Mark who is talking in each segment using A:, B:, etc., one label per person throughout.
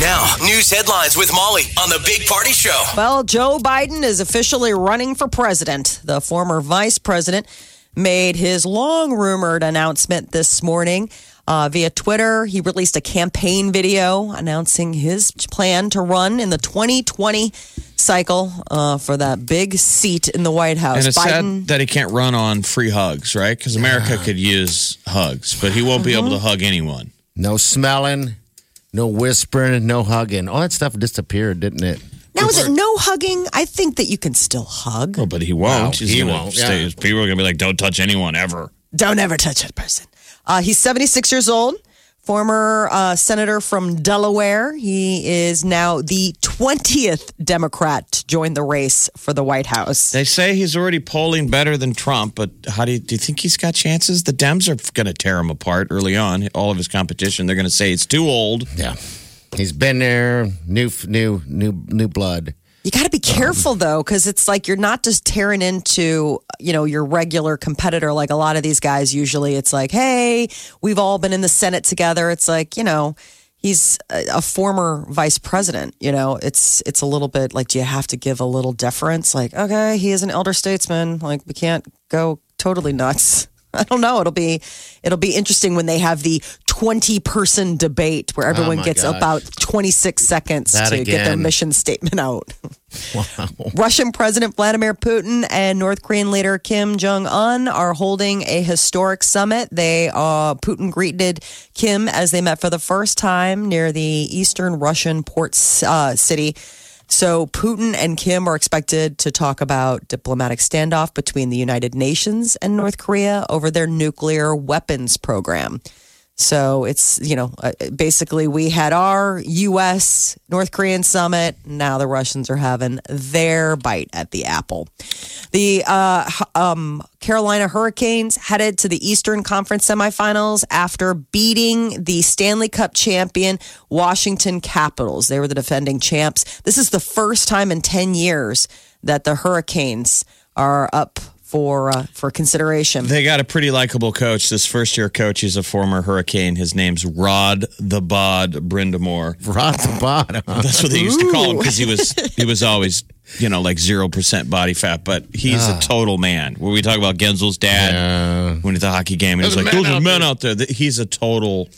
A: Now, news headlines with Molly on the Big Party Show.
B: Well, Joe Biden is officially running for president. The former vice president made his long rumored announcement this morning uh, via Twitter. He released a campaign video announcing his plan to run in the 2020 cycle uh, for that big seat in the White House.
C: And it's
B: Biden,
C: sad that he can't run on free hugs, right? Because America could use hugs, but he won't be able to hug anyone.
D: No smelling, no whispering, no hugging. All that stuff disappeared, didn't it?
B: now is it no hugging? I think that you can still hug.
C: Oh, but he won't. He's
D: he
C: gonna
D: won't,
C: stay-
D: yeah.
C: People are going to be like, don't touch anyone ever.
B: Don't ever touch that person. Uh, he's 76 years old, former uh, senator from Delaware. He is now the 20th Democrat to join the race for the White House.
C: They say he's already polling better than Trump, but how do you, do you think he's got chances? The Dems are going to tear him apart early on. All of his competition, they're going to say it's too old.
D: Yeah. He's been there, new, new, new, new blood.
B: You got to
D: Um,
B: be careful though, because it's like you're not just tearing into you know your regular competitor. Like a lot of these guys, usually it's like, hey, we've all been in the Senate together. It's like you know. He's a a former vice president. You know, it's it's a little bit like, do you have to give a little deference? Like, okay, he is an elder statesman. Like, we can't go totally nuts. I don't know. It'll be it'll be interesting when they have the twenty person debate where everyone
D: Oh my
B: gets
D: gosh.
B: about twenty six seconds
D: That
B: to get their
D: again.
B: mission statement out. Russian President Vladimir Putin and North Korean leader Kim Jong Un are holding a historic summit. They uh, Putin greeted Kim as they met for the first time near the eastern Russian port uh, city. So Putin and Kim are expected to talk about diplomatic standoff between the United Nations and North Korea over their nuclear weapons program. So it's, you know, uh, basically we had our U.S. North Korean summit. Now the Russians are having their bite at the apple. The uh, hu- um, Carolina Hurricanes headed to the Eastern Conference semifinals after beating the Stanley Cup champion Washington Capitals. They were the defending champs. This is the first time in 10 years that the Hurricanes are up for, uh, for consideration.
C: They got a pretty likable coach. This first year coach, he's a former Hurricane. His name's Rod the Bod Brindamore.
D: Rock the bottom.
C: That's what they used to call him because he was he was always you know like zero percent body fat, but he's
D: Ah.
C: a total man. When we talk about Genzel's dad when at the hockey game, and he's
D: There's
C: like,
D: a man
C: "Those are
D: out
C: men out there." Th- He's a total.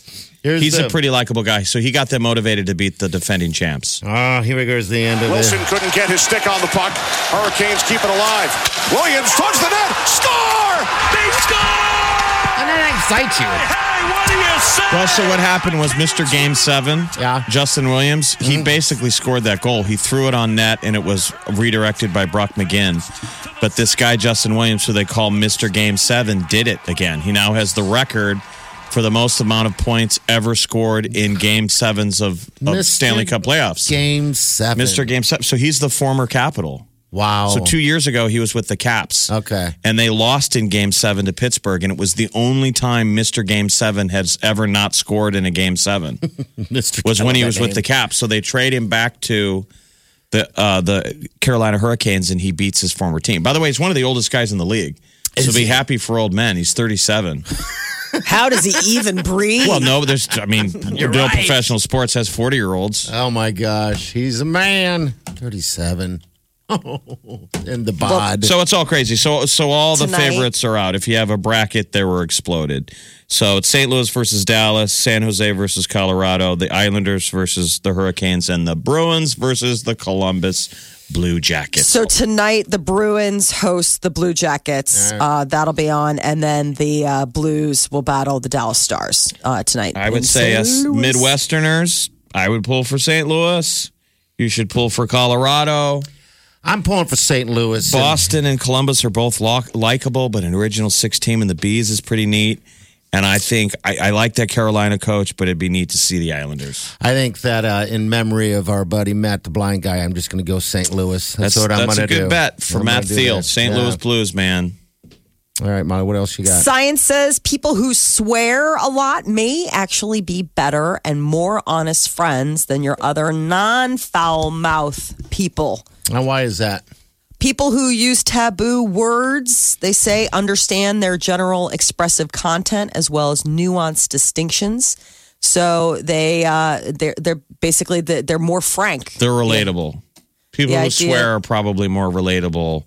D: Here's
C: he's
D: the-
C: a pretty likable guy, so he got them motivated to beat the defending champs.
D: Ah, here we goes the end of
E: Wilson
D: it.
E: couldn't get his stick on the puck. Hurricanes keep it alive. Williams touch the net. Score! They score!
D: And that excites you.
E: Hey, what do you say?
C: Well, so what happened was Mr. Game Seven,
D: Yeah. Mm.
C: Justin Williams, he basically scored that goal. He threw it on net and it was redirected by Brock McGinn. But this guy, Justin Williams, who they call Mr. Game Seven, did it again. He now has the record for the most amount of points ever scored in Game Sevens of, of
D: Mr.
C: Stanley Cup playoffs.
D: Game seven.
C: Mr. Game Seven. So he's the former Capital.
D: Wow.
C: So two years ago, he was with the Caps.
D: Oh. Okay.
C: And they lost in Game Seven to Pittsburgh, and it was the only time Mister Game Seven has ever not scored in a Game Seven
D: Mr.
C: was when he
D: Tell
C: was
D: that
C: with the
D: name.
C: Caps. So they trade him back to the uh, the Carolina Hurricanes, and he beats his former team. By the way, he's one of the oldest guys in the league. So be happy for old men. He's 37.
B: How does he even breathe?
C: Well, no, there's, I mean, no professional sports has 40 year olds.
D: Oh my gosh, he's a man. Thirty-seven. Oh, and the bod.
C: So it's all crazy. So so all the
B: Tonight.
C: favorites are out. If you have a bracket, they were exploded. So it's St. Louis versus Dallas, San Jose versus Colorado, the Islanders versus the Hurricanes, and the Bruins versus the Columbus Blue Jackets.
B: So tonight, the Bruins host the Blue Jackets. Uh, that'll be on, and then the uh, Blues will battle the Dallas Stars uh, tonight.
C: I would
B: in
C: say
B: St.
C: us
B: Louis.
C: Midwesterners, I would pull for St. Louis. You should pull for Colorado.
D: I'm pulling for St. Louis. and-
C: Boston and Columbus are both lo- likable, but an original six team in the Bees is pretty neat. And I think I, I like that Carolina coach, but it'd be neat to see the Islanders.
D: I think that uh, in memory of our buddy Matt, the blind guy, I'm just going to go St. Louis. That's, what I'm going to
C: a
D: do.
C: good bet for
D: I'm
C: Matt
D: gonna do
C: Thiel,
D: that.
C: St.
D: Yeah.
C: Louis Blues, man.
D: All right, Molly, what else you got?
B: Science says people who swear a lot may actually be better and more honest friends than your other non foul mouth people.
D: Now, why is that?
B: People who use taboo words, they say, understand their general expressive content as well as nuanced distinctions. So they uh, they're they're basically the, they're more frank.
C: They're relatable. People
B: The
C: who
B: idea-
C: swear are probably more relatable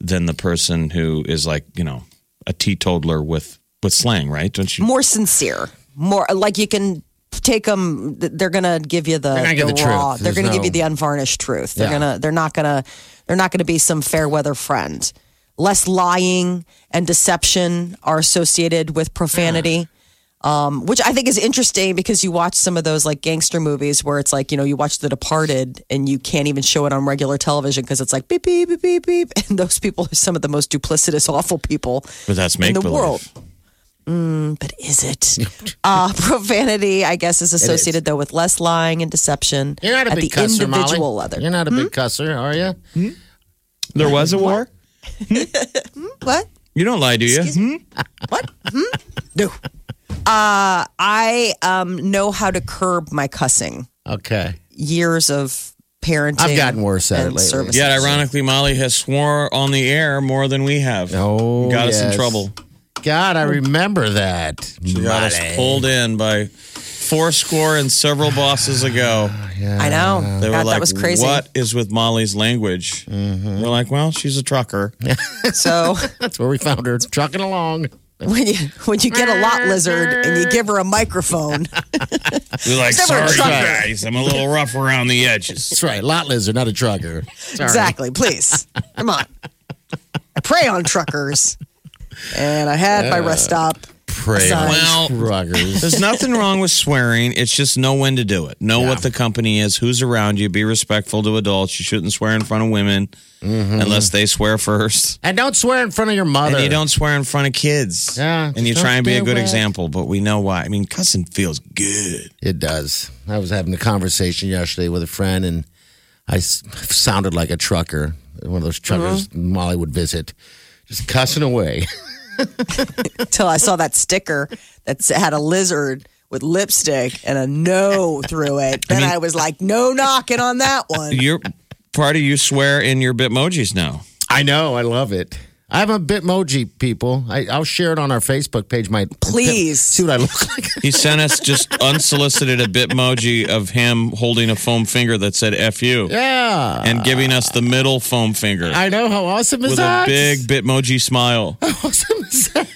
C: than the person who is like, you know, a teetotaler with with slang, right? Don't you?
B: more sincere, more like you can take them. They're gonna give you the,
D: They're gonna give the
B: raw.
D: truth.
B: They're
D: There's
B: gonna give
D: no-
B: you the unvarnished truth. They're
D: Yeah.
B: gonna. They're not gonna. They're not gonna be some fair weather friend. Less lying and deception are associated with profanity. Um, which I think is interesting because you watch some of those like gangster movies where it's like, you know, you watch The Departed and you can't even show it on regular television because it's like beep, beep, beep, beep, beep. And those people are some of the most duplicitous, awful people
C: But that's make
B: in the
C: believe.
B: world. Mm, but is it? uh, profanity, I guess, is associated though with less lying and deception
D: You're not a
B: at
D: big
B: the
D: cusser,
B: individual Hmm?
D: Molly.
B: level.
D: You're not a big cusser, are you?
C: There was a war.
B: What?
C: You don't lie, do you? Hmm?
B: What? Hmm? No. Uh, I um, know how to curb my cussing.
D: Okay.
B: Years of parenting.
D: I've gotten worse at it
B: and
D: lately.
B: service.
C: Yet, ironically, Molly has swore on the air more than we have.
D: Oh,
C: got us in
D: yes.
C: trouble.
D: God, I remember that.
C: She got us pulled in by four score and several bosses ago.
B: I know.
C: They were
B: God,
C: like,
B: that was crazy.
C: "What is with Molly's language?"
D: Mm-hmm.
C: We're like, "Well, she's a trucker."
B: So
D: That's where we found her, trucking along.
B: when you when you get a lot lizard and you give her a microphone,
C: We're
B: never
C: like,
B: a
C: "Sorry,
B: trucker."
C: guys, I'm a little rough around the edges."
D: That's right, lot lizard, not a trucker. Sorry.
B: Exactly. Please. Come on. I prey on truckers. And I had my rest stop.
D: Pray on
C: Well-
D: truckers.
C: There's nothing wrong with swearing. It's just know when to do it. Know what the company is, who's around you. Be respectful to adults. You shouldn't swear in front of women unless they swear first.
D: and don't swear in front of your Mm-hmm. mother.
C: And you don't swear in front of kids.
D: Yeah,
C: And you
D: just
C: try and be a
D: don't
C: good
D: do it.
C: example, but we know why. I mean, cussing feels good.
D: It does. I was having a conversation yesterday with a friend, and I s- sounded like a trucker, one of those truckers
C: Mm-hmm.
D: Molly would visit, just cussing away.
B: Until I saw that sticker that s- had a lizard with lipstick and a no through it. Then I, was like, no knocking on that one.
C: You're part of you swear in your Bitmojis now.
D: I know. I love it. I have a Bitmoji, people. I, I'll share it on our Facebook page. My
B: Please.
D: see what I look like.
C: He sent us just unsolicited a Bitmoji of him holding a foam finger that said F you
D: yeah,
C: and giving us the middle foam finger
D: I know. How awesome is
C: with a
D: that?
C: big Bitmoji smile.
D: How awesome is that?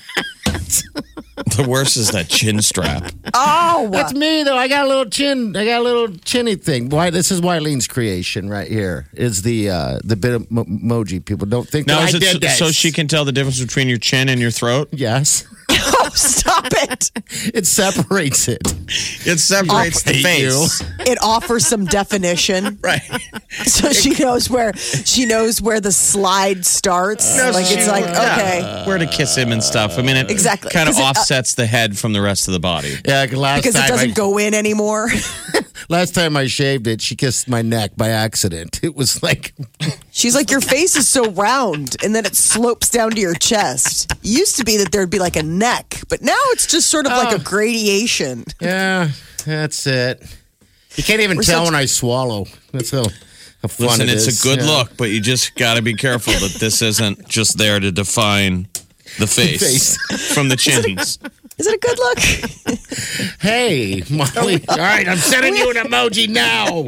C: The worst is that chin strap.
B: Oh,
D: That's me though. I got a little chin. I got a little chinny thing. Why? This is Wileen's creation right here. Is the uh, the bit emoji? People don't think
C: Now,
D: that
C: is
D: I
C: it
D: did
C: so,
D: this.
C: so she can tell the difference between your chin and your throat?
D: Yes,
B: oh, stop it.
D: it separates it.
C: It separates the face.
B: It offers some definition.
C: Right.
B: So she knows where she knows where the slide starts. like it's like, okay.
C: Where to kiss him and stuff. I mean, it
B: Exactly.
C: kind of
B: 'Cause it, uh,
C: offsets the head from the rest of the body.
D: Yeah, 'cause last
B: Because it
D: time I,
B: doesn't go in anymore.
D: last time I shaved it, she kissed my neck by accident. It was like
B: She's like, your face is so round, and then it slopes down to your chest. It used to be that there'd be like a neck, but now it's just sort of
D: Oh.
B: like a gradation.
D: Yeah, that's it. You can't even tell
B: such-
D: when I swallow. That's how, how fun
C: Listen,
D: it
C: it's
D: is.
C: a good
D: Yeah.
C: look, but you just got to be careful that this isn't just there to define the face, from the chins.
B: Is it a good look?
D: Hey, Molly. All right, I'm sending you an emoji now.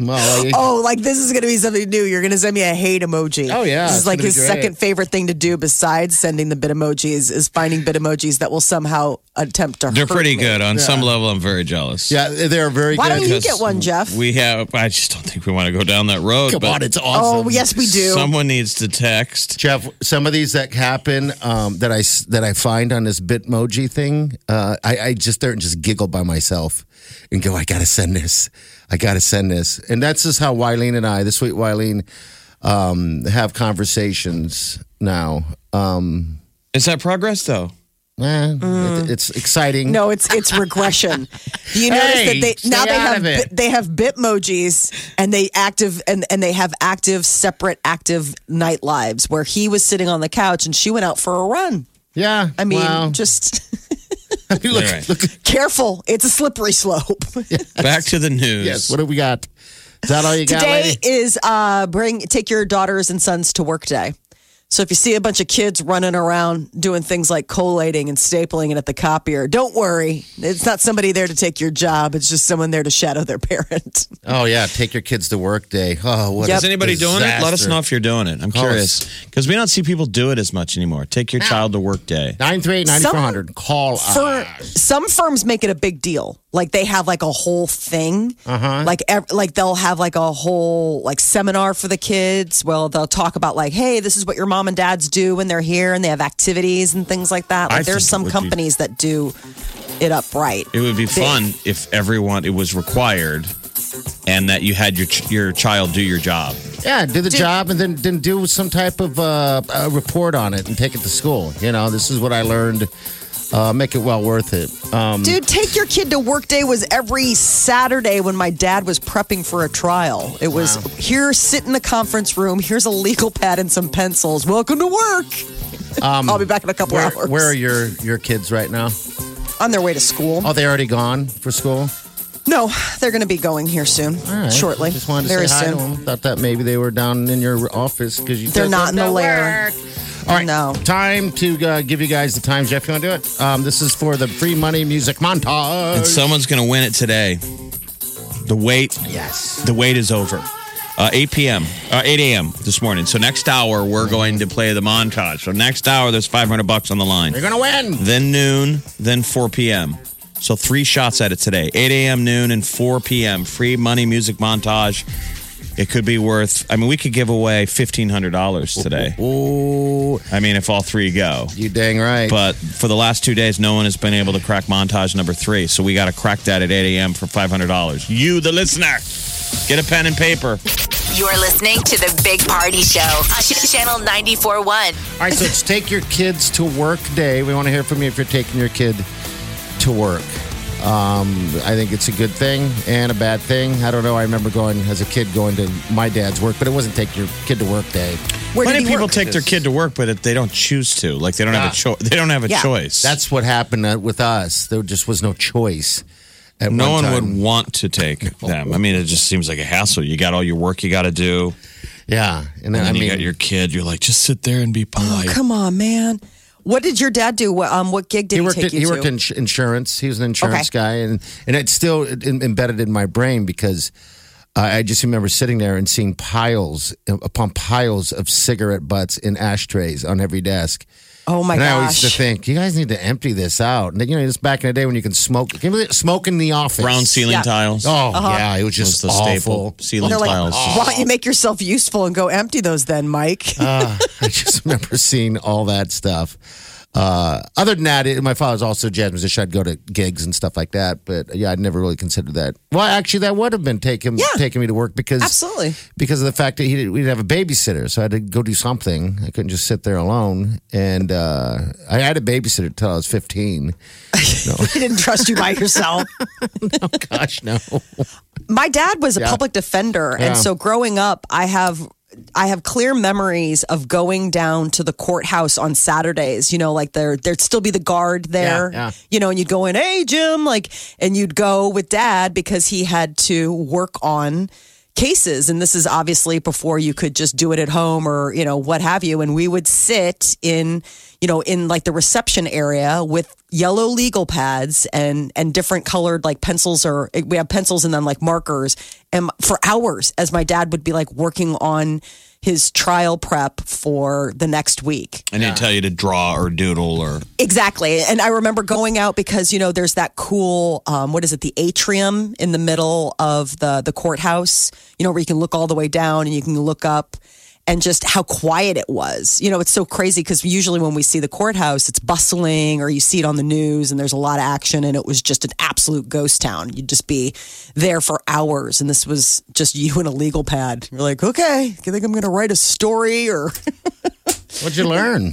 D: Molly.
B: Oh, like this is going to be something new. You're going to send me a hate emoji.
D: Oh, yeah,
B: This
D: it's
B: is like
D: gonna be
B: his
D: great.
B: second favorite thing to do besides sending the bit emojis is finding bit emojis that will somehow attempt to
C: They're
B: hurt
C: pretty
B: me.
C: good. On some level, I'm very jealous.
D: Yeah, they're very
B: Why
D: good.
B: don't you
C: because
B: get one, Jeff?
C: We have, I just don't think we want to go down that road.
D: Come
C: but
D: on, it's awesome.
B: oh, yes, we do.
C: Someone needs to text.
D: Jeff, some of these that happen um, that I s- that I find on this Bitmoji thing, uh, I, I just there and just giggle by myself and go, I gotta send this, I gotta send this, and that's just how Wileen and I, the sweet Wileen, um, have conversations now. Um,
C: Is that progress, though?
D: Eh, it- it's exciting.
B: Mm. No, it's it's regression. Do you notice
D: Hey,
B: that they
D: stay
B: now they
D: out
B: have
D: of
B: bi-
D: it.
B: they have bitmojis and they active and and they have active separate active night lives where he was sitting on the couch and she went out for a run.
D: Yeah.
B: I mean,
D: wow.
B: just
D: look,
C: All right.
D: look,
B: careful. It's a slippery slope.
C: Back to the news.
D: yes. What do we got? Is that all you got,
B: Today
D: lady?
B: is uh bring take your daughters and sons to work day. So if you see a bunch of kids running around doing things like collating and stapling it at the copier, don't worry. It's not somebody there to take your job. It's just someone there to shadow their parent.
D: Oh yeah, take your kids to work day. Oh, what
C: Is anybody doing it? Let us know if you're doing it. I'm
D: Call
C: curious because we don't see people do it as much anymore. Take your child to work day.
D: Nine three eight ninety four hundred. Call
B: Fir-
D: us.
B: some firms make it a big deal. Like they have like a whole thing. Uh-huh. Like ev- like they'll have like a whole like seminar for the kids. Well, they'll talk about like, hey, this is what your mom and dads do when they're here, and they have activities and things like that. Like
C: I
B: there's
C: think it
B: some
C: would be-
B: companies that do it upright.
C: It would be
B: They-
C: fun if everyone it was required, and that you had your ch- your child do your job.
D: Yeah, do the job and then then do some type of uh, uh, report on it and take it to school. You know, this is what I learned. Uh, make it well worth it. Um,
B: Dude, take your kid to work day was every Saturday when my dad was prepping for a trial. It was here, sit in the conference room. Here's a legal pad and some pencils. Welcome to work.
D: um,
B: I'll be back in a couple
D: where,
B: hours.
D: Where are your your kids right now?
B: On their way to school.
D: Oh, they already gone for school.
B: No, they're going to be going here soon,
D: All right.
B: shortly.
D: Just wanted to
B: Very
D: say hi
B: soon.
D: to them. Thought that maybe they were down in your office because you.
B: They're
D: took
B: not in
D: them
B: the
D: to
B: lair.
D: work. All right,
B: No.
D: time to uh, give you guys the time, Jeff. You want to do it? Um, this is for the free money music montage.
C: And someone's going to win it today. The wait,
D: yes.
C: the wait is over. Uh, 8 p.m. Uh, 8 a.m. this morning. So next hour we're going to play the montage. So next hour there's 500 bucks on the line.
D: You're gonna win.
C: Then noon. Then 4 p.m. So three shots at it today. 8 a.m. noon and 4 p.m. Free money music montage. It could be worth. I mean, we could give away fifteen hundred dollars today.
D: Oh,
C: I mean, if all three go.
D: you dang right.
C: But for the last two days, no one has been able to crack montage number three. So we got to crack that at 8 a.m. for $500. You, the listener, get a pen and paper.
F: You're listening to the Big Party Show on Ch- Channel 94.1.
D: All right, so it's take your kids to work day. We want to hear from you if you're taking your kid to work. Um, I think it's a good thing and a bad thing. I don't know. I remember going as a kid going to my dad's work, but it wasn't take your kid to work day.
B: Where
C: Plenty
B: did
C: of
B: he
C: people
B: work?
C: take their kid to work, but it, they don't choose to. Like they don't have a choice. They don't have a
B: Yeah.
C: choice.
D: That's what happened uh, with us. There just was no choice. At
C: no
D: one
C: one
D: time.
C: would want to take them. I mean, it just seems like a hassle. You got all your work you got to do,
D: Yeah, and then
C: and then
D: I mean,
C: you got your kid. You're like, just sit there and be polite.
B: Oh, Come on, man. What did your dad do? What, um, what gig did
D: he
B: he,
D: worked.
B: take you
D: In, he
B: to?
D: worked in ins- insurance. He was an insurance
B: Okay.
D: guy, and and it's still in, embedded in my brain because I I just remember sitting there and seeing piles uh, upon piles of cigarette butts in ashtrays on every desk.
B: oh my
D: and I always used to
B: gosh.
D: think you guys need to empty this out. And then, you know, it's back in the day when you can smoke, can you believe- smoke in the office.
C: Round ceiling
B: Yeah.
C: tiles.
D: Oh
B: Uh-huh.
D: yeah, it was
C: It's
D: just
C: the
D: awful.
C: staple ceiling
B: They're like,
C: tiles.
B: why don't you make yourself useful and go empty those then, Mike?
D: Uh, I just remember seeing all that stuff. Uh, other than that, it, my father's also a jazz musician. I'd go to gigs and stuff like that, but yeah, I'd never really considered that. Well, actually, that would have been taking
B: Yeah.
D: taking me to work because
B: Absolutely.
D: because of the fact that he didn't, we didn't have a babysitter, so I had to go do something. I couldn't just sit there alone, and uh, I had a babysitter until I was fifteen.
B: he didn't trust you by yourself.
D: Gosh, no.
B: my dad was a public defender and so growing up i have I have clear memories of going down to the courthouse on Saturdays. You know, like there, there'd still be the guard there.
D: Yeah, yeah.
B: You know, and you'd go in, hey Jim, like, and you'd go with dad because he had to work on cases, and this is obviously before you could just do it at home or you know what have you. And we would sit in, you know, in like the reception area with yellow legal pads and and different colored like pencils or we have pencils and then like markers and for hours as my dad would be like working on his trial prep for the next week.
C: And they tell you to draw or doodle or
B: Exactly. And I remember going out because, you know, there's that cool, um, what is it, the atrium in the middle of the, the courthouse, you know, where you can look all the way down and you can look up and just how quiet it was. You know, it's so crazy because usually when we see the courthouse, it's bustling or you see it on the news and there's a lot of action and it was just an absolute ghost town. You'd just be there for hours. And this was just you and a legal pad. You're like, okay, you think I'm going to write a story or.
D: What'd you learn?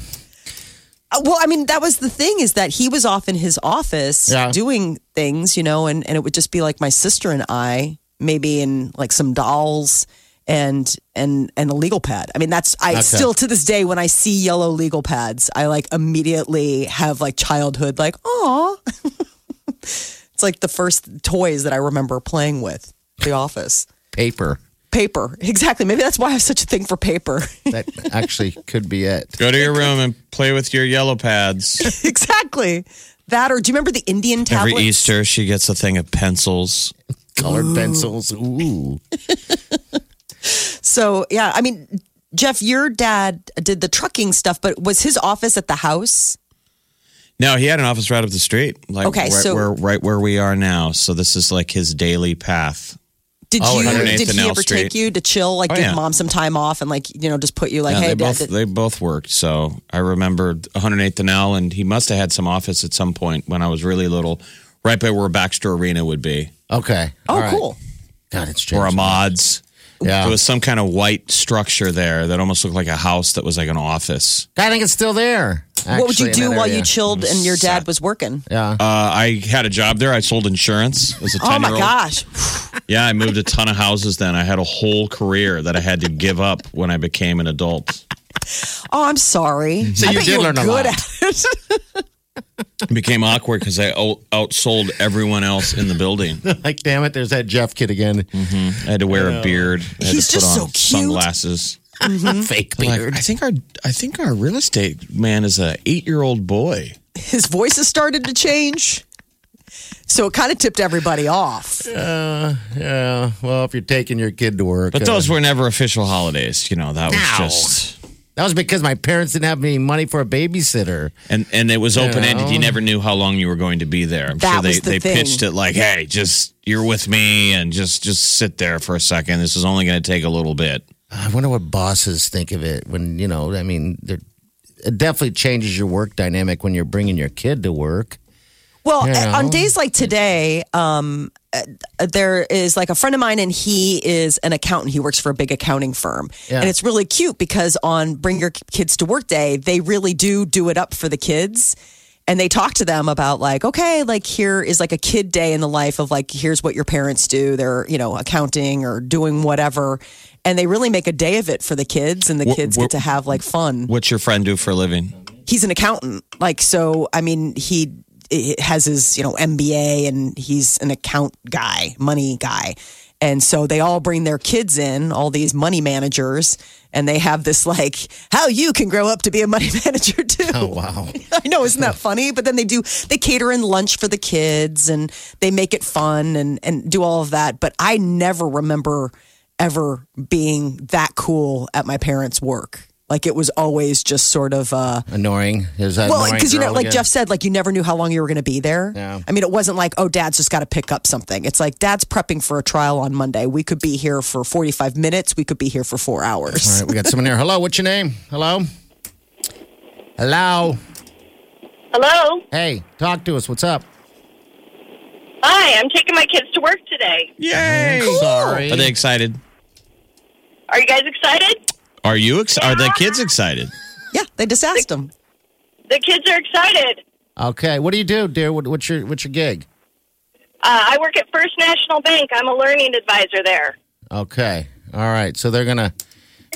B: Uh, Well, I mean, that was the thing is that he was off in his office
D: Yeah.
B: doing things, you know, and, and it would just be like my sister and I, maybe in like some dolls and and and a legal pad. I mean, that's I
D: Okay.
B: still to this day when I see yellow legal pads, I like immediately have like childhood like, oh, it's like the first toys that I remember playing with the office.
D: Paper.
B: Paper. Exactly. Maybe that's why I have such a thing for paper.
D: That actually could be it.
C: Go to your room and play with your yellow pads.
B: exactly. That or do you remember the Indian
C: Every
B: tablet?
C: Easter, she gets a thing of pencils.
D: Colored pencils. Ooh.
B: So yeah, I mean, Jeff, your dad did the trucking stuff, but was his office at the house?
C: No, he had an office right up the street, like
B: Okay,
C: right,
B: so-
C: where, right where we are now. So this is like his daily path.
B: Did
C: Oh,
B: you?
C: 108th
B: Did
C: and
B: he
C: L
B: ever
C: Street.
B: take you to chill? Like,
C: Oh,
B: give
C: yeah.
B: mom some time off and like you know just put you like,
C: Yeah,
B: hey,
C: they
B: dad,
C: both
B: did-
C: they both worked. So I remember 108th and L, and he must have had some office at some point when I was really little, right by where Baxter Arena would be,
D: Okay.
B: oh,
D: All right.
B: cool.
D: God, it's changed.
C: or Ahmad's.
D: Yeah.
C: There was some kind of white structure there that almost looked like a house that was like an office.
D: I think it's still there.
B: what would you
D: actually, uh, in
B: do
D: that
B: while
D: area.
B: you chilled and your dad
C: Sat.
B: was working?
D: Yeah.
C: Uh, I had a job there. I sold insurance as a 10
B: Oh my
C: year old.
B: gosh!
C: Yeah, I moved a ton of houses then. I had a whole career that I had to give up when I became an adult.
B: Oh, I'm sorry.
D: So
B: I
D: you
B: bet
D: did
B: you were
D: learn a
B: good
D: lot.
B: at it.
C: It became awkward because I out- outsold everyone else in the building.
D: like, damn it, there's that Jeff kid again.
B: Mm-hmm.
C: I had to wear a beard. I had
B: He's
C: to put
B: just
C: on
B: so cute.
C: Sunglasses.
D: Fake
C: I'm like,
D: beard.
C: I think our I think our real estate man is a eight year old boy.
B: His voice has started to change, so it kind of tipped everybody off.
D: yeah. Well, if you're taking your kid to work.
C: But
D: uh,
C: those were never official holidays. You know that was
D: No.
C: just
D: That was because my parents didn't have any money for a babysitter.
C: and and it was open ended. You never knew how long you were going to be there. I'm
B: That
C: sure they
B: was the
C: they
B: thing.
C: pitched it like, hey, just you're with me and just just sit there for a second. This is only going to take a little bit.
D: I wonder what bosses think of it when, you know, I mean, they're, it definitely changes your work dynamic when you're bringing your kid to work.
B: Well,
D: You
B: on
D: know?
B: days like today, um, uh, there is like a friend of mine, and he is an accountant. He works for a big accounting firm,
D: Yeah.
B: and it's really cute because on Bring Your Kids to Work Day, they really do do it up for the kids. And they talk to them about like, okay, like here is like a kid day in the life of like, here's what your parents do. They're, you know, accounting or doing whatever. And they really make a day of it for the kids and the
C: Wh-
B: kids
C: wh-
B: get to have like fun
C: What's your friend do for a living?
B: he's an accountant. Like, so, I mean, he i- has his, you know, MBA and he's an account guy, money guy. And so they all bring their kids in, all these money managers, and they have this like, how you can grow up to be a money manager too.
D: Oh, wow.
B: I know, isn't that funny? But then they do they cater in lunch for the kids and they make it fun and and do all of that. But I never remember ever being that cool at my parents' work. Like it was always just sort of uh
D: Annoying. Is that
B: well,
D: annoying
B: because you know,
D: girl
B: like
D: again?
B: Jeff said, like you never knew how long you were going to be there.
D: Yeah.
B: I mean, it wasn't like, oh, dad's just got to pick up something. It's like dad's prepping for a trial on Monday. We could be here for forty-five minutes. We could be here for four
D: All
B: hours.
D: right, we got someone here. Hello, what's your name? Hello? Hello?
F: Hello.
D: Hey, talk to us. What's up?
F: Hi, I'm taking my kids to work today.
C: Yay!
B: Oh,
D: Sorry.
C: Are they excited?
F: Are you guys excited?
C: Are you? Ex- are the kids excited?
B: yeah, they just asked him.
F: The kids are excited.
D: Okay, what do you do, dear? What, what's your what's your gig?
F: Uh, I work at First National Bank. I'm a learning advisor there.
D: Okay, all right. So they're gonna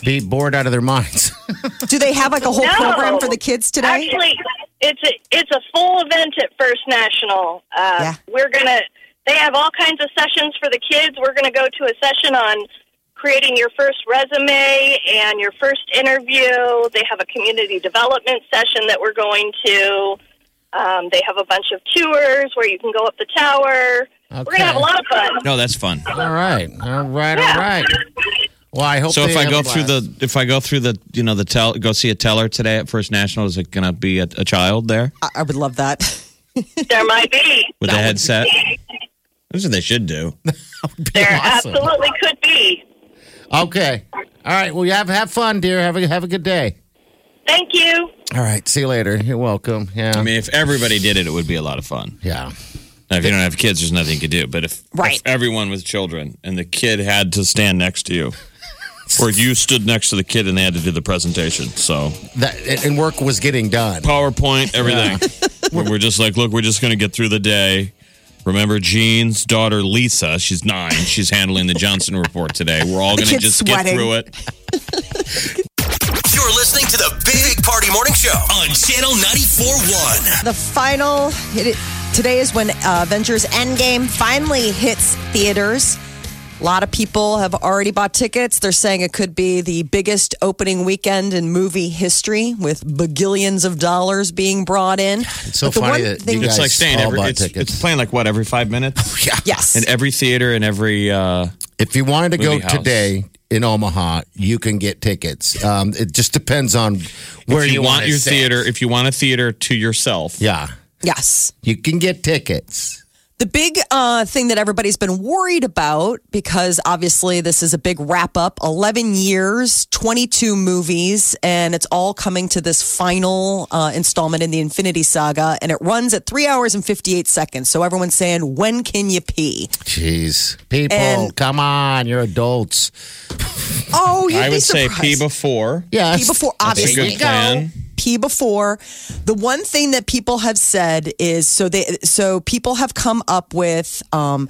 D: be bored out of their minds.
B: Do they have like a whole
F: No.
B: program for the kids today?
F: Actually, it's a it's a full event at First National. Uh,
B: Yeah.
F: We're gonna. They have all kinds of sessions for the kids. We're gonna go to a session on creating your first resume and your first interview. They have a community development session that we're going to. Um, they have a bunch of tours where you can go up the tower. We're
D: Okay.
F: gonna have a lot of fun.
C: No, that's fun.
D: all right, all right, all right. Well, I hope.
C: So
D: they
C: if I
D: have
C: go
D: a
C: through
D: blast.
C: the if I go through the you know the tell go see a teller today at First National, is it going to be a, a child there
D: Uh,
B: I, I would love that.
F: There might be.
C: with a headset? That's what they should do.
F: There
D: Awesome.
F: absolutely could be.
D: okay, all right. Well, you have have fun, dear. Have a have a good day.
F: Thank you.
D: All right, see you later. You're welcome. Yeah,
C: I mean, if everybody did it, it would be a lot of fun.
D: yeah.
C: Now, if you don't have kids, there's nothing you can do. But if,
B: Right.
C: if everyone with children and the kid had to stand next to you, or you stood next to the kid and they had to do the presentation. So
D: that and- and work was getting done.
C: PowerPoint, everything. We're- we're just like, look, we're just going to get through the day. Remember, Jean's daughter Lisa, she's nine. She's handling the Johnson report today. We're all
A: The
C: going to
A: kid's
C: just get
A: sweating.
C: through it.
A: You're listening to the Big Party Morning Show on Channel 94.1.
B: The final it, today is when uh, Avengers Endgame finally hits theaters. A lot of people have already bought tickets. They're saying it could be the biggest opening weekend in movie history, with bagillions of dollars being brought in. It's
D: so funny that you
C: it's
D: guys
C: like staying
D: all
C: every.
D: bought
C: It's, it's playing like what every five minutes. Oh, yeah.
B: Yes.
C: In every theater and every. Uh,
D: if you wanted to go
C: movie house.
D: today in Omaha, you can get tickets. Um, it just depends on where
C: if you, want
D: wanna
C: your
D: sit.
C: theater, if you want a theater to yourself,
D: Yeah,
B: Yes.
D: you can get tickets.
B: The big uh, thing that everybody's been worried about, because obviously this is a big wrap up 11 years, 22 movies, and it's all coming to this final uh, installment in the Infinity Saga, and it runs at three hours and 58 seconds. So everyone's saying, When can you pee?
D: Jeez, people,
B: And-
D: come on, you're adults.
B: Oh, you'd
C: I
B: be
C: would say pee
B: surprised.
C: before.
D: Yeah,
B: Pee before,
C: That's a
B: obviously.
C: good plan.
B: pee before. The one thing that people have said is so they so people have come up with um,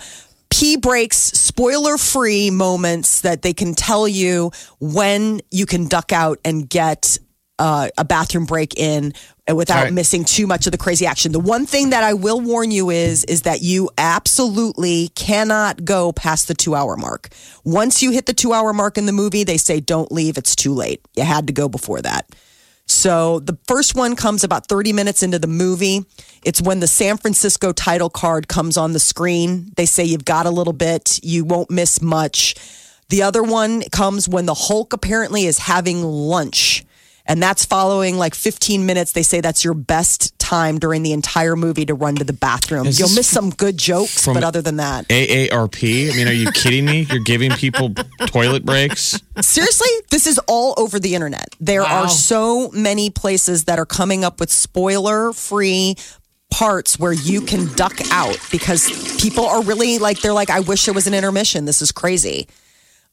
B: pee breaks, spoiler free moments that they can tell you when you can duck out and get. Uh, a bathroom break in without
D: All right.
B: missing too much of the crazy action. The one thing that I will warn you is is that you absolutely cannot go past the 2-hour mark. Once you hit the 2-hour mark in the movie, they say don't leave, it's too late. You had to go before that. So the first one comes about 30 minutes into the movie. It's when the San Francisco title card comes on the screen. They say you've got a little bit, you won't miss much. The other one comes when the Hulk apparently is having lunch. And that's following like 15 minutes. They say that's your best time during the entire movie to run to the bathroom.
C: Is
B: You'll
C: this
B: miss some good jokes,
C: from-
B: but other than that,
C: AARP. I mean, are you kidding me? You're giving people toilet breaks.
B: Seriously, this is all over the internet. There
D: Wow.
B: are so many places that are coming up with spoiler free parts where you can duck out because people are really like, they're like, I wish there was an intermission. This is crazy.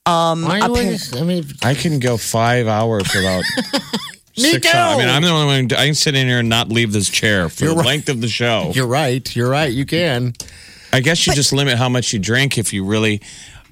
D: Why
B: Um, up
D: would- I mean,
C: I can go five hours without. six
D: too.
C: hours. I mean, I'm the only one. I can sit in here and not leave this chair for
D: You're
C: the
D: right.
C: length of the show.
D: you're right. You're right. You can.
C: I guess you just limit how much you drink if you really.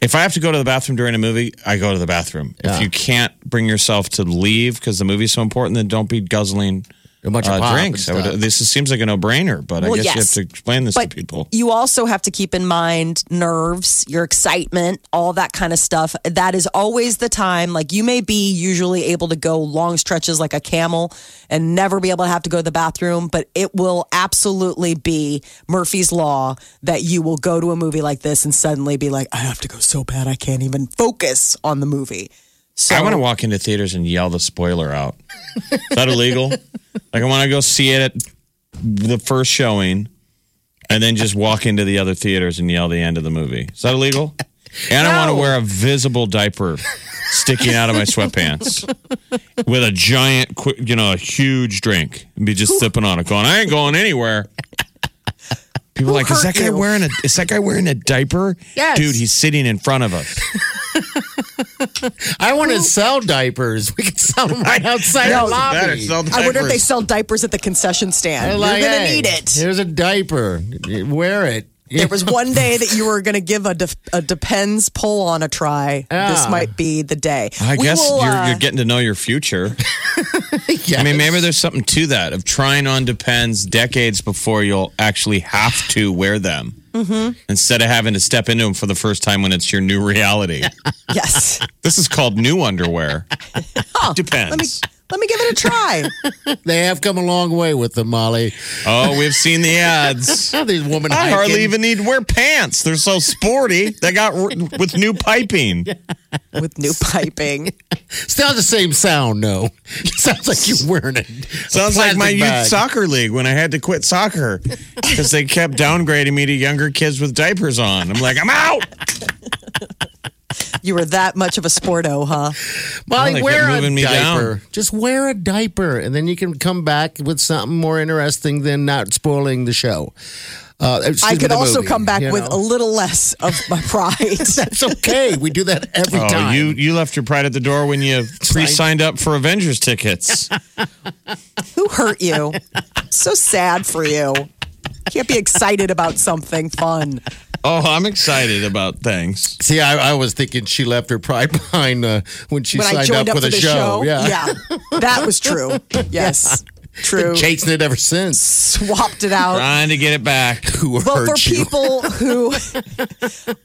C: If I have to go to the bathroom during a movie, I go to the bathroom. If
D: Yeah.
C: you can't bring yourself to leave because the movie's so important, then don't be guzzling
D: A bunch of
C: uh,
D: pop and
C: drinks. I would-
D: stuff.
C: this is- seems like a no-brainer, but I
B: Well,
C: guess you
B: yes.
C: have to explain this
B: But
C: to people.
B: you also have to keep in mind nerves, your excitement, all that kind of stuff. That is always the time. Like you may be usually able to go long stretches like a camel and never be able to have to go to the bathroom, but it will absolutely be Murphy's Law that you will go to a movie like this and suddenly be like, I have to go so bad I can't even focus on the movie. So
C: I want to walk into theaters and yell the spoiler out. Is that illegal? like I want to go see it at the first showing, and then just walk into the other theaters and yell the end of the movie. Is that illegal? And I want to wear a visible diaper sticking out of my sweatpants with a giant, qui- you know, a huge drink and be just sipping on it, going, "I ain't going anywhere." People are like, is that guy
B: hurt you?"
C: wearing a is that guy wearing a diaper?
D: Yes.
C: dude, he's sitting in front of us.
D: I want to sell diapers. We can sell them right outside the lobby.
B: I wonder if they sell diapers at the concession stand.
D: They're
B: You're
D: like,
B: gonna
D: "Hey,
B: need it.
D: Here's a diaper. Wear it.
B: There was one day that you were going to give a, de- a depends pull on a try. This
D: Yeah.
B: might be the day.
C: I
B: We
C: guess
B: will,
C: you're,
B: uh,
C: you're getting to know your future.
D: Yes.
C: I mean, maybe there's something to that of trying on depends decades before you'll actually have to wear them
B: Mm-hmm.
C: instead of having to step into them for the first time when it's your new reality.
B: yes.
C: this is called new underwear. depends.
B: Let me give it a try.
D: they have come a long way with them, Molly.
C: Oh, we've seen the ads.
D: Now these women
C: I
D: hiking.
C: hardly even need to wear pants. They're so sporty. They got r- with new piping.
B: With new piping.
D: Still the same sound, no. It sounds like you're wearing it.
C: Sounds like my youth
D: sock.
C: soccer league when I had to quit soccer because they kept downgrading me to younger kids with diapers on. I'm like, I'm out.
B: You were that much of a sporto, huh?
D: Molly,
C: Well, they
D: wear
C: kept
D: a
C: moving me
D: diaper.
C: down.
D: Just wear a diaper, and then you can come back with something more interesting than not spoiling the show. Uh, excuse
B: I
D: me,
B: could
D: the
B: also
D: movie,
B: come back
D: you
B: with a
D: know?
B: little less of my pride.
D: That's okay. We do that every
C: oh,
D: time.
C: you you left your pride at the door when you pre-signed up for Avengers tickets.
B: Who hurt you? so sad for you. Can't be excited about something fun.
C: oh, I'm excited about things.
D: See, I, I was thinking she left her pride behind uh, when she
B: when I
D: signed
B: joined
D: up,
B: up,
D: for the, show. Yeah.
B: Yeah. That was true. Yes. True.
D: Chasing it ever since.
B: Swapped it out.
C: Trying to get it back.
D: Who
B: Well, for
D: hurt you?
B: people who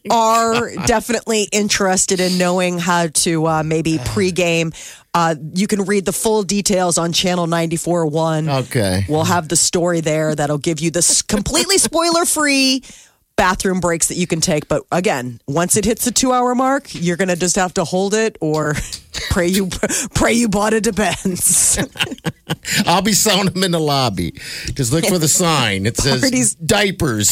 B: are definitely interested in knowing how to uh, maybe
C: Uh-huh.
B: pregame, uh, you can read the full details on Channel 94.1.
D: Okay.
B: We'll have the story there that'll give you this completely spoiler free bathroom breaks that you can take. But again, once it hits the two hour mark, you're going to just have to hold it or pray you pray you bought a Depends.
D: I'll be selling them in the lobby. Just look for the sign. It says
B: Parties.
D: diapers.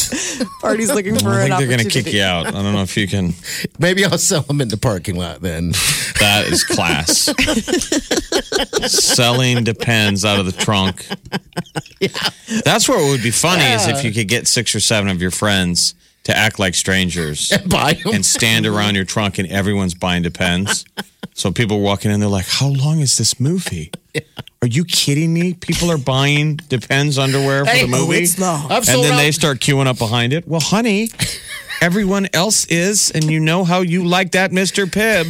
B: Party's looking for
C: I
B: an
C: think they're going to
B: opportunity.
C: kick you out. I don't know if you can.
D: Maybe I'll sell them in the parking lot then.
C: That is class. Selling depends out of the trunk. That's where it would be funny is if you could get six or seven of your friends to act like strangers
D: Buy them.
C: and stand around your trunk and everyone's buying depends. So people walking in, they're like, "How long is this movie? Are you kidding me? People are buying depends underwear for
D: Hey,
C: the movie,
D: it's long. I've
C: and
D: sold
C: then
D: out-
C: they start queuing up behind it. Well, honey." Everyone else is, and you know how you like that, Mr. Pibb.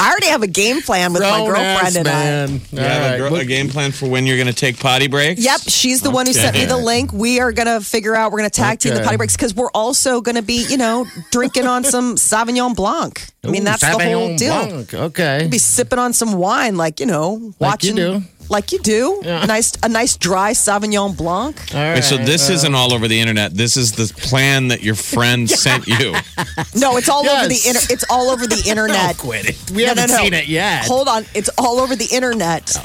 B: I already have a game plan with my
D: Grown ass
B: girlfriend and I.
D: man.
C: You have a
D: All
C: gr-
D: right.
C: a, game plan for when you're going to take potty breaks?
B: Yep, she's the one who sent me the link. We are gonna figure out. We're gonna tag team the
D: Okay.
B: potty breaks because we're also gonna be, you know, drinking on some Sauvignon Blanc. I mean,
D: Ooh,
B: that's the whole
D: Sauvignon
B: deal.
D: Blanc. Okay.
B: Be sipping on some wine, like you know,
D: Like you
B: watching
D: do.
B: like you do. Nice, a nice dry Sauvignon Blanc.
D: All
C: Wait, so
D: right.
C: this isn't all over the internet. This is the plan that your friend sent you.
B: No, it's all over the
D: Yes.
B: inter- it's all over the internet.
D: Oh, quit it. We
B: No, no,
D: haven't
B: no.
D: seen it yet.
B: Hold on, it's all over the internet.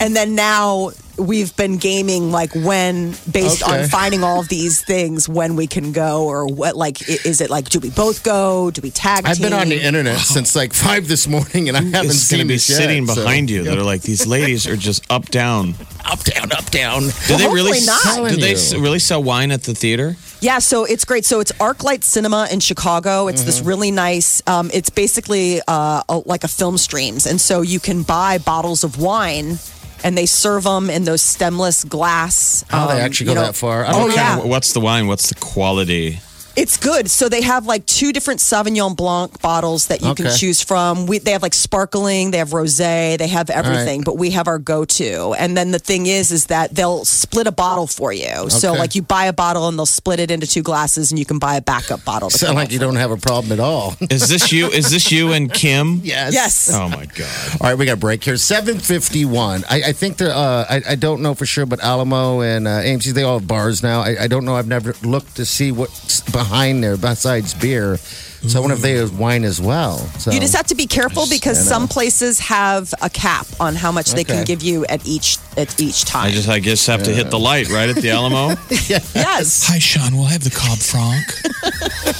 B: And then now we've been gaming like when based
D: Okay.
B: on finding all of these things when we can go or what like i- is it like do we both go? Do we tag
D: I've been
B: team?
D: on the internet since like five this morning, and I haven't
C: It's going to
D: seen
C: be
D: this yet,
C: sitting
D: so-
C: behind you. They're like, these ladies are just up, down.
D: up, down, up, down.
C: Do they really
B: hopefully not.
C: sell- Do they
D: Telling
C: s-
D: you.
C: really sell wine at the theater?
B: Yeah, so it's great. So it's ArcLight Cinema in Chicago. It's
D: Mm-hmm.
B: this really nice. Um, it's basically uh, a, like a film streams, and so you can buy bottles of wine, and they serve them in those stemless glass.
D: Oh,
B: um,
D: they actually go
B: you know-
D: that far. I
B: Oh
D: don't
B: yeah,
C: Kinda, What's the wine? What's the quality?
B: It's good. So they have like two different Sauvignon Blanc bottles that you can
D: Okay.
B: choose from. We, they have like sparkling, they have rosé, they have everything,
D: right.
B: but we have our go-to. And then the thing is is that they'll split a bottle for you. So
D: Okay.
B: like you buy a bottle and they'll split it into two glasses and you can buy a backup bottle. to
D: Sound
B: come
D: like you don't have a problem at all.
C: Is this you? Is this you and Kim?
D: yes.
B: Yes.
C: Oh my god!
D: All right, we got a break here. Seven fifty-one. I, I think the uh, I, I don't know for sure, but Alamo and uh, AMC they all have bars now. I, I don't know. I've never looked to see what's behind there besides beer. So I wonder if they have wine as well. So
B: You just have to be careful because
D: I know.
B: some places have a cap on how much they can
D: Okay.
B: give you at each at each
C: I
B: time.
C: just, I guess, have to hit the light right at the Alamo.
B: yes.
G: Hi, Sean. We'll have the Cobb Franc.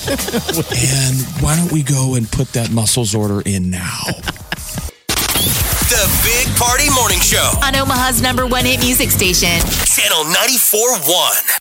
G: and why don't we go and put that muscles order in now?
A: The Big Party Morning Show.
H: on Omaha's number one hit music station.
A: Channel 94.1.